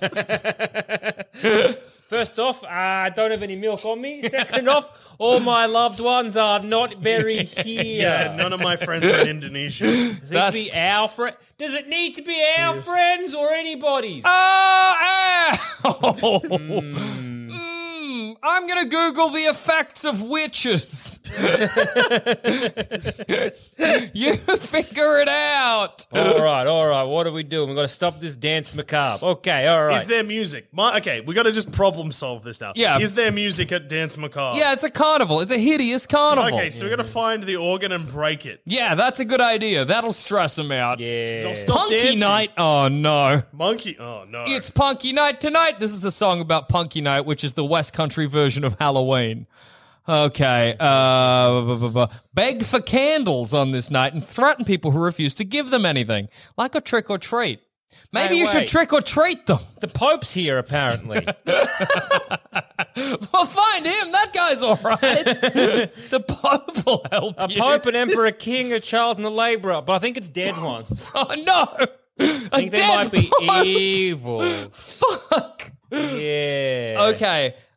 S6: First off, uh, I don't have any milk on me. Second off, all my loved ones are not buried here.
S4: None of my friends are in Indonesia.
S6: Does it need to be our friend? Does it need to be our friends or anybody's?
S4: Uh,
S5: Ah, ow. Mm, I'm going to Google the effects of witches. you figure it out.
S6: all right, all right. What are we doing? We've got to stop this dance macabre. Okay, all right.
S4: Is there music? My, okay, we gotta just problem solve this now.
S5: Yeah.
S4: Is there music at dance macabre?
S5: Yeah, it's a carnival. It's a hideous carnival.
S4: Okay, so we're gonna find the organ and break it.
S5: Yeah, that's a good idea. That'll stress them out. Yeah.
S4: They'll stop
S5: Punky
S4: dancing.
S5: night. Oh no.
S4: Monkey. Oh no.
S5: It's Punky Night tonight. This is a song about Punky Night, which is the West Country version of Halloween. Okay. Uh, bu- bu- bu- beg for candles on this night and threaten people who refuse to give them anything, like a trick or treat. Maybe
S6: Hey,
S5: you should
S6: wait.
S5: trick or treat them.
S6: the Pope's here, apparently.
S5: Well, find him. That guy's all right. the Pope will help
S6: a
S5: you.
S6: Pope, an emperor, a king, a child, and a labourer. But I think it's dead ones.
S5: Oh, no.
S6: I think
S5: a
S6: they
S5: dead
S6: might be
S5: Pope.
S6: evil.
S5: Fuck.
S6: Yeah.
S5: Okay.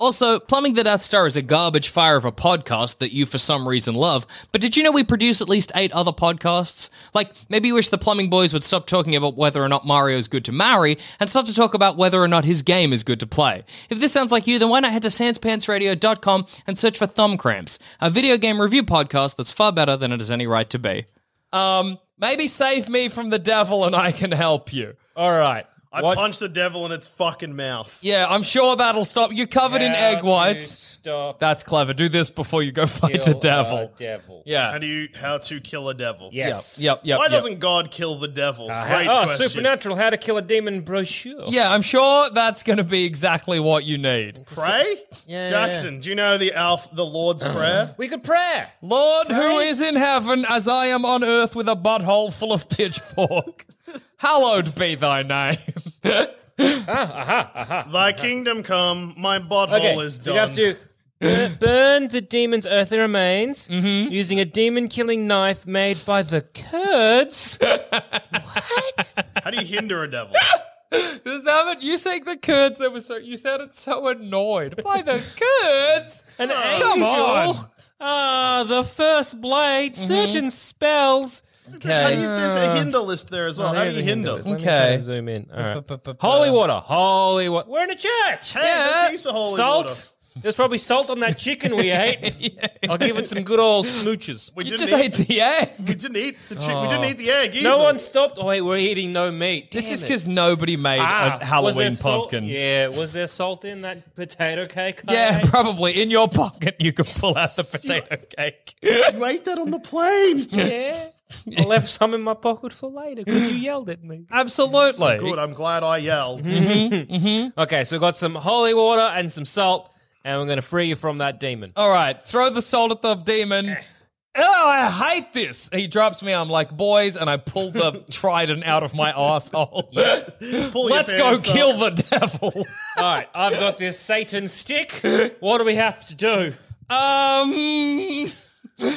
S5: Also, Plumbing the Death Star is a garbage fire of a podcast that you for some reason love, but did you know we produce at least eight other podcasts? Like, maybe you wish the Plumbing Boys would stop talking about whether or not Mario's good to marry and start to talk about whether or not his game is good to play. If this sounds like you, then why not head to sanspantsradio.com and search for Thumb Cramps, a video game review podcast that's far better than it has any right to be. Um, maybe save me from the devil and I can help you.
S6: All right.
S4: I
S6: What-
S4: punched the devil in its fucking mouth.
S5: Yeah, I'm sure that'll stop. You're covered in
S6: How
S5: egg
S6: to
S5: whites.
S6: Stop.
S5: That's clever. Do this before you go fight the
S6: kill uh, a
S5: devil.
S6: devil.
S4: How
S5: Yeah.
S4: do you how to kill a devil?
S6: Yes.
S5: Yep. Yep.
S4: Why
S5: yep.
S4: doesn't God kill the devil? Great
S6: oh,
S4: question.
S6: Supernatural, How to Kill a Demon brochure.
S5: Yeah, I'm sure that's going to be exactly what you need.
S4: Pray?
S6: Yeah, Uh-huh.
S4: Jackson, do you know the Alf the Lord's Prayer?
S6: We could pray.
S5: Lord, who is in heaven, as I am on earth with a butthole full of pitchfork, hallowed be thy name.
S6: Uh-huh.
S4: Thy kingdom come, my butthole
S6: Okay.
S4: is
S6: You
S4: done.
S6: have to bur- burn the demon's earthly remains using a demon killing knife made by the Kurds.
S4: How do you hinder a devil?
S5: Does that mean- you sang the Kurds that was so you sounded so annoyed by the Kurds.
S6: An
S5: come on. Mm-hmm.
S6: angel. Ah, the first blade. Surgeon spells.
S4: How do you, there's a hinder list there as well. How do you hinder?
S6: Let me
S5: Okay. Um,
S6: try to zoom in. All right.
S5: bu- bu-
S6: Holy water. Holy water. We're in a church.
S4: Hey, let's use the holy
S6: salt.
S4: water.
S6: There's probably salt on that chicken we ate. I'll give it some good old smooches.
S4: We
S5: You
S4: didn't,
S5: just
S4: eat,
S5: ate the egg.
S4: we didn't eat the chick. We didn't eat the egg either.
S6: No one stopped. Oh wait, we're eating no meat.
S5: This
S6: Damn
S5: is
S6: it.
S5: because nobody made
S6: Ah,
S5: a
S6: was there
S5: Halloween
S6: salt-
S5: pumpkin.
S6: Yeah, was there salt in that potato cake? I
S5: Yeah,
S6: ate?
S5: probably. In your pocket, you could pull out the potato cake.
S4: You ate that on the plane.
S6: yeah. I left some in my pocket for later because you yelled at me.
S5: Absolutely.
S4: Good. I'm glad I yelled.
S6: Okay, so we got some holy water and some salt, and we're going to free you from that demon.
S5: All right, throw the salt at the demon. Oh, I hate this. He drops me. I'm like, boys, and I pull the trident out of my asshole.
S4: Pull your
S5: Let's go
S4: pants up.
S5: kill the devil.
S6: All right, I've got this Satan stick. What do we have to do?
S5: um,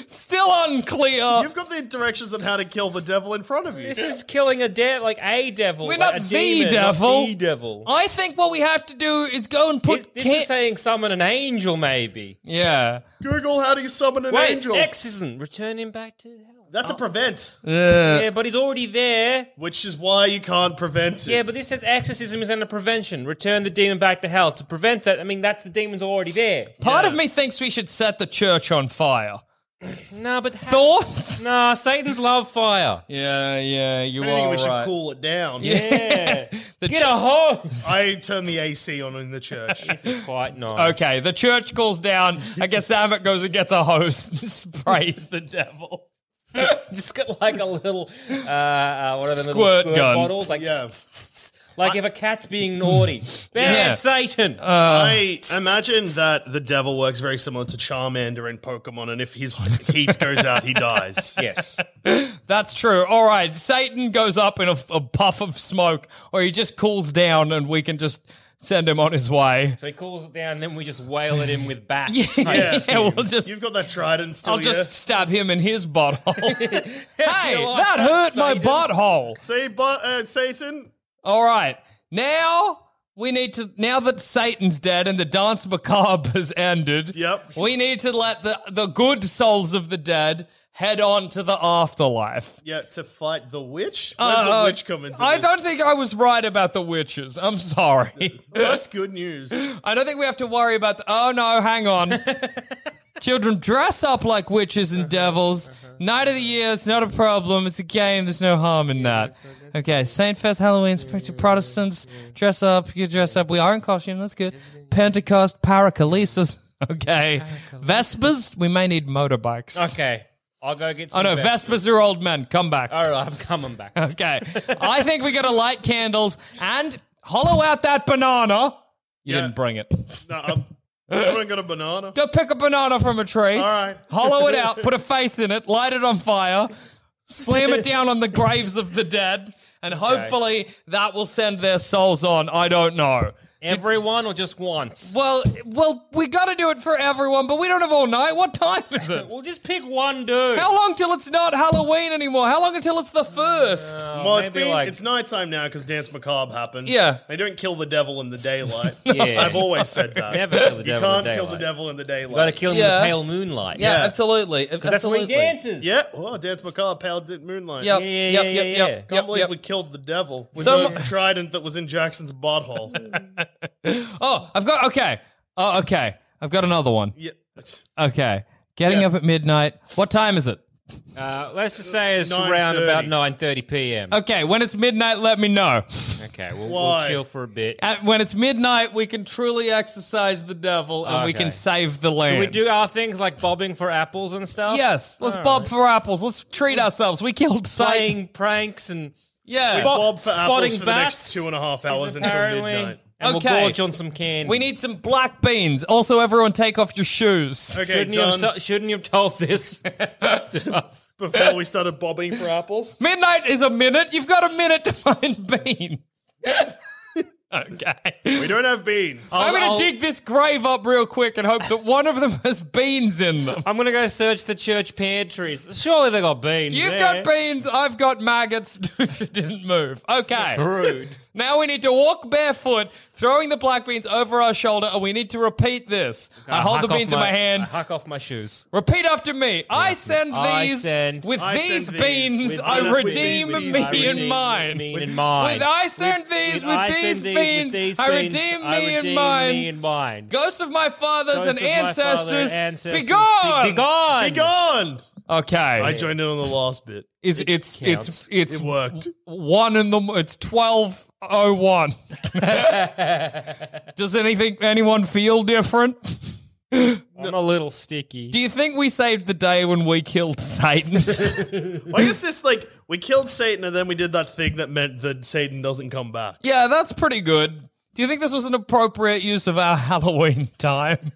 S5: still unclear.
S4: You've got the directions on how to kill the devil in front of you.
S6: This is killing a devil, like a devil.
S5: We're
S6: like
S5: not
S6: a
S5: the
S6: demon,
S5: devil.
S6: Not the devil.
S5: I think what we have to do is go and put.
S6: This- this
S5: ca-
S6: is saying summon an angel, maybe.
S5: yeah.
S4: Google how do you summon an
S6: Wait,
S4: angel?
S6: X isn't. Return him back to hell.
S4: That's a prevent,
S5: Uh,
S6: Yeah, but he's already there.
S4: which is why you can't prevent it.
S6: Yeah, but this says exorcism is under prevention. Return the demon back to hell. To prevent that, I mean, that's the demon's already there.
S5: Part of me thinks we should set the church on fire.
S6: No, but how-
S5: Thoughts?
S6: Nah, Satan's love fire.
S5: Yeah, yeah, you
S4: I think
S5: are
S4: we should
S5: right.
S4: cool it down.
S6: Yeah.
S5: The
S6: Get a hose.
S4: I turn the AC on in the church.
S6: this is quite nice.
S5: Okay, the church calls down. I guess Samet goes and gets a hose and sprays the devil.
S6: Just got like a little, uh, uh, what are the little
S5: Squirt
S6: squirt
S5: gun.
S6: bottles? Like,
S4: Yeah.
S6: tss, tss, tss. like if a cat's being naughty. Bad
S5: Yeah. Uh,
S6: Satan.
S4: I imagine that the devil works very similar to Charmander in Pokemon, and if his heat goes out, he dies.
S6: yes.
S5: That's true. All right, Satan goes up in a, a puff of smoke, or he just cools down, and we can just send him on his way.
S6: So he calls it down, then we just wail at him with bats.
S5: Yeah, we'll just.
S4: You've got that trident still.
S5: I'll just
S4: yeah?
S5: stab him in his butthole. hey,
S6: You're
S5: that
S6: like
S5: hurt
S6: that,
S5: my
S6: Satan.
S5: butthole.
S4: Say, but uh, Satan.
S5: All right. Now we need to now that Satan's dead and the dance macabre has ended.
S4: Yep.
S5: We need to let the the good souls of the dead head on to the afterlife.
S4: Yeah, to fight the witch. Where's the
S5: Uh,
S4: witch coming? into
S5: I
S4: this?
S5: don't think I was right about the witches. I'm sorry.
S4: That's good news.
S5: I don't think we have to worry about the Oh no, hang on. Children dress up like witches
S4: Uh-huh,
S5: and devils. Night of the year, it's not a problem. It's a game. There's no harm in that. Okay, Saint Fest, Halloween, Protestants dress up. You dress up. We are in costume. That's good. Pentecost, Paracalesis. Okay, Vespers. We may need motorbikes.
S6: Okay. I'll go get
S5: Oh
S6: some.
S5: no,
S6: bats.
S5: Vespers are old men. Come back.
S6: All right, I'm coming back.
S5: Okay, I think we gotta light candles and hollow out that banana. You
S4: Yeah.
S5: didn't bring it.
S4: No, I'm, I haven't got a banana.
S5: Go pick a banana from a tree.
S4: All right.
S5: Hollow it out, put a face in it, light it on fire, slam it down on the graves of the dead, and hopefully that will send their souls on. I don't know.
S6: Everyone or just once?
S5: Well, well, we got to do it for everyone, but we don't have all night. What time is it?
S6: We'll just pick one dude.
S5: How long till it's not Halloween anymore? How long until it's the first?
S4: well, it's
S6: Oh, maybe
S4: been
S6: like-
S4: it's nighttime now because Dance Macabre happened.
S5: Yeah.
S4: they don't kill the devil in the daylight.
S6: Yeah.
S4: I've always said that.
S6: Never kill the
S4: you
S6: devil in
S4: can't
S6: the
S4: kill the
S6: daylight.
S4: devil in the daylight.
S6: Got to kill him in
S5: Yeah.
S6: the pale moonlight.
S5: Yeah,
S4: Yeah.
S5: absolutely.
S6: that's when he
S5: Absolutely.
S6: dances.
S4: Yeah, well, Dance Macabre, Pale Di- Moonlight.
S5: Yep,
S6: Yeah, yeah,
S5: yep,
S6: yeah,
S5: yep,
S6: yeah, yeah.
S5: yep.
S4: Can't
S5: yep,
S4: believe
S5: yep.
S4: we killed the devil with
S5: Some-
S4: the trident that was in Jackson's butthole.
S5: Oh, I've got okay. Oh, okay. I've got another one.
S4: yeah, that's
S5: Okay. Getting
S4: Yes.
S5: up at midnight. What time is it?
S6: Uh, let's just say it's
S4: 9:30.
S6: around about nine thirty p.m.
S5: Okay, when it's midnight, let me know.
S6: Okay, we'll, we'll
S4: Why?
S6: chill for a bit.
S5: At, when it's midnight, we can truly exercise the devil and we
S6: Okay.
S5: can save the land.
S6: Should we do our things like bobbing for apples and stuff?
S5: Yes, let's
S6: All
S5: bob
S6: right.
S5: for apples. Let's treat ourselves. We killed Satan.
S6: playing pranks and
S5: Yeah.
S4: we
S5: Spot-
S4: bob for
S6: spotting
S4: apples for the
S6: bats.
S4: next two and a half hours until
S6: apparently,
S4: midnight.
S6: and
S5: Okay.
S6: we'll gorge on some candy.
S5: We need some black beans. Also, everyone take off your shoes.
S4: Okay,
S6: Shouldn't you,
S4: done.
S6: have, so- shouldn't you have told this to us?
S4: Before we started bobbing for apples,
S5: Midnight is a minute. You've got a minute to find beans. okay.
S4: we don't have beans.
S5: i am going
S6: I'll-
S5: to dig this grave up real quick and hope that one of them has beans in them.
S6: I'm gonna go search the church pantries. Surely they got beans.
S5: You've
S6: there.
S5: got beans, I've got maggots. It didn't move. Okay.
S6: Rude.
S5: Now we need to walk barefoot, throwing the black beans over our shoulder, and we need to repeat this. I hold the
S6: huck off
S5: beans in my hand.
S6: I huck off my shoes.
S5: Repeat after me. I send
S6: I
S5: these
S6: send-
S5: with
S4: I send
S5: these
S4: these
S5: beans.
S4: with-
S5: I
S4: with
S5: redeem
S4: these
S5: me
S4: beans. I
S5: and
S4: redeem
S5: mine.
S6: Me
S5: With,
S6: and mine.
S5: I send these with,
S6: I send
S5: these
S6: these
S5: beans.
S6: with these
S5: I
S6: beans.
S5: redeem
S6: I
S5: me and
S6: redeem
S5: mine.
S6: me and mine.
S5: Ghosts of my fathers
S6: Ghosts
S5: and
S6: of my father
S5: ancestors,
S6: and ancestors,
S5: be gone.
S6: Be gone.
S4: Be gone.
S5: Okay,
S4: I joined in on the last bit.
S5: is it's
S6: counts.
S5: it's it's
S4: It worked.
S5: one in the m- it's twelve oh one. Does anything anyone feel different?
S6: I'm a little sticky.
S5: Do you think we saved the day when we killed Satan?
S4: I guess this like we killed Satan and then we did that thing that meant that Satan doesn't come back.
S5: Yeah, that's pretty good. Do you think this was an appropriate use of our Halloween time?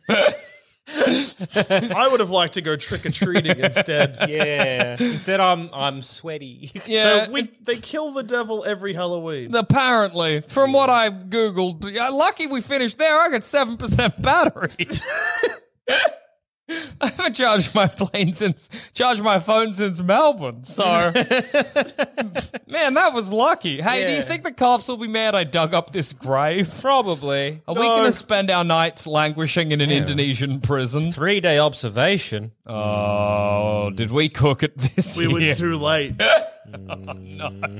S4: I would have liked to go trick or treating instead.
S6: yeah. Instead, I'm I'm sweaty.
S5: yeah.
S4: So we they kill the devil every Halloween.
S5: Apparently, from what I googled, yeah, lucky we finished there. I got seven percent battery. I haven't charged my plane since charged my phone since Melbourne. So, man, that was lucky. Hey, do you
S6: Yeah.
S5: think the cops will be mad I dug up this grave?
S6: Probably.
S5: Are we going to spend our nights languishing in an Indonesian prison?
S6: Three day observation.
S5: Oh, did we cook it this
S4: We
S5: year?
S4: were too late.
S5: That's on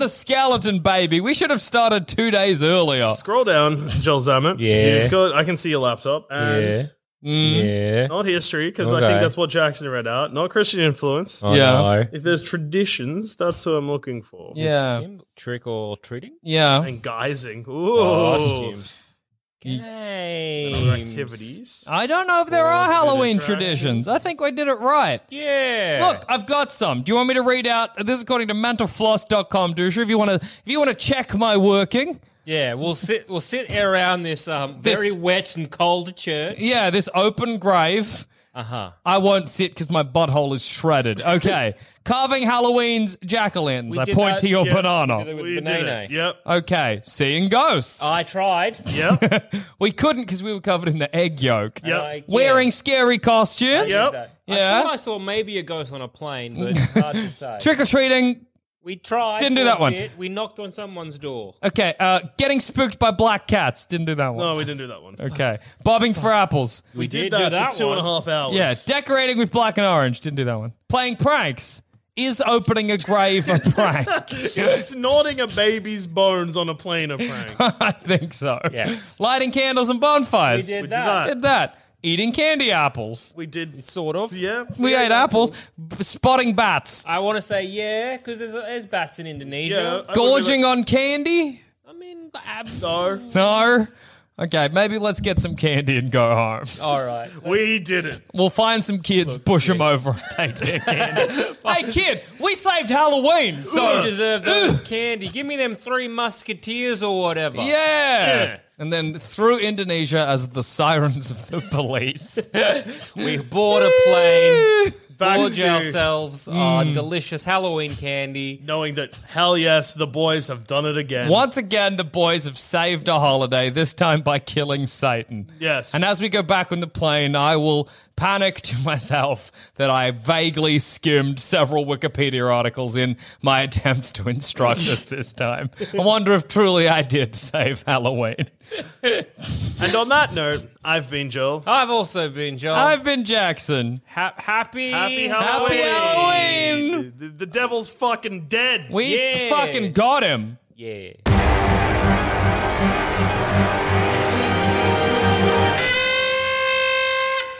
S5: the skeleton, baby. We should have started two days earlier.
S4: Scroll down, Joel Zammit.
S6: Yeah.
S4: You've got, I can see your laptop. And
S6: Yeah. Yeah.
S4: not history, because I
S6: Okay. Oh.
S4: think that's what Jackson read out. Not Christian influence.
S6: I
S5: Yeah.
S6: know.
S4: If there's traditions, that's what I'm looking for.
S5: Yeah,
S6: Symbol- Trick or treating?
S5: yeah.
S4: And guising. Ooh.
S6: Oh. Costumes.
S4: Other
S6: Games.
S4: activities.
S5: I don't know if there are Halloween traditions. I think I did it right.
S6: Yeah.
S5: Look, I've got some. Do you want me to read out? This is according to mentalfloss.com, Dusha. If you want to, if you want to check my working,
S6: Yeah, we'll sit we'll sit around this um
S5: This-
S6: very wet and cold church.
S5: yeah, this open grave.
S6: Uh huh.
S5: I won't sit because my butthole is shredded. Okay, carving Halloween's jack o' lanterns.
S6: We
S5: I
S6: did
S5: point
S6: that-
S5: to your
S4: yeah,
S6: we did
S5: banana.
S6: that with
S4: We did
S6: banana.
S4: it. Yep.
S5: Okay, seeing ghosts.
S6: I tried.
S4: Yep.
S5: We couldn't because we were covered in the egg yolk.
S4: Yep.
S6: I- yeah.
S5: Wearing scary costumes.
S4: Yep.
S5: Yeah.
S6: I thought I saw maybe a ghost on a plane, but it's hard to say.
S5: Trick or treating.
S6: we tried.
S5: Didn't do
S6: for a
S5: that one.
S6: bit. We knocked on someone's door.
S5: Okay. Uh, getting spooked by black cats. Didn't do that one.
S4: no, we didn't do that one.
S5: Okay. Bobbing for apples.
S6: We,
S4: Did,
S6: do
S4: that,
S6: that
S4: for two
S6: one.
S4: and a half hours.
S5: Yeah. Decorating with black and orange. Didn't do that one. Playing pranks. Is opening a grave a prank?
S4: Snorting a baby's bones on a plane of prank.
S5: I think so.
S6: Yes.
S5: Lighting candles and bonfires.
S6: We did
S4: did
S6: that.
S4: that.
S5: Did that. Eating candy apples.
S4: We did.
S6: Sort of.
S4: Yeah.
S5: We ate apples. B- Spotting bats.
S6: I want to say yeah, because there's, there's bats in Indonesia.
S4: Yeah.
S5: Gorging on candy.
S6: I mean, ab-
S4: No.
S5: No. Okay, maybe let's get some candy and go home.
S6: all right.
S4: We did it.
S5: We'll find some kids, push them over, and take their candy. hey, kid, we saved Halloween, so
S6: You deserve those candy. Give me them three musketeers or whatever.
S5: yeah. And then through Indonesia as the sirens of the police.
S6: We board a plane.
S4: Back
S5: gorge
S4: to-
S5: ourselves on delicious Halloween candy.
S4: knowing that hell yes, the boys have done it again.
S5: Once again, the boys have saved a holiday, this time by killing Satan.
S4: Yes.
S5: And as we go back on the plane, I will panic to myself that I vaguely skimmed several Wikipedia articles in my attempts to instruct us this time. I wonder if truly I did save Halloween.
S4: And on that note, I've been Joel.
S6: I've also been Joel.
S5: I've been Jackson.
S6: Um, Ha- happy,
S4: Happy
S5: Happy
S4: Halloween.
S5: Halloween!
S4: The, the devil's fucking dead.
S5: Oh. We
S6: Yeah.
S5: fucking got him.
S6: Yeah.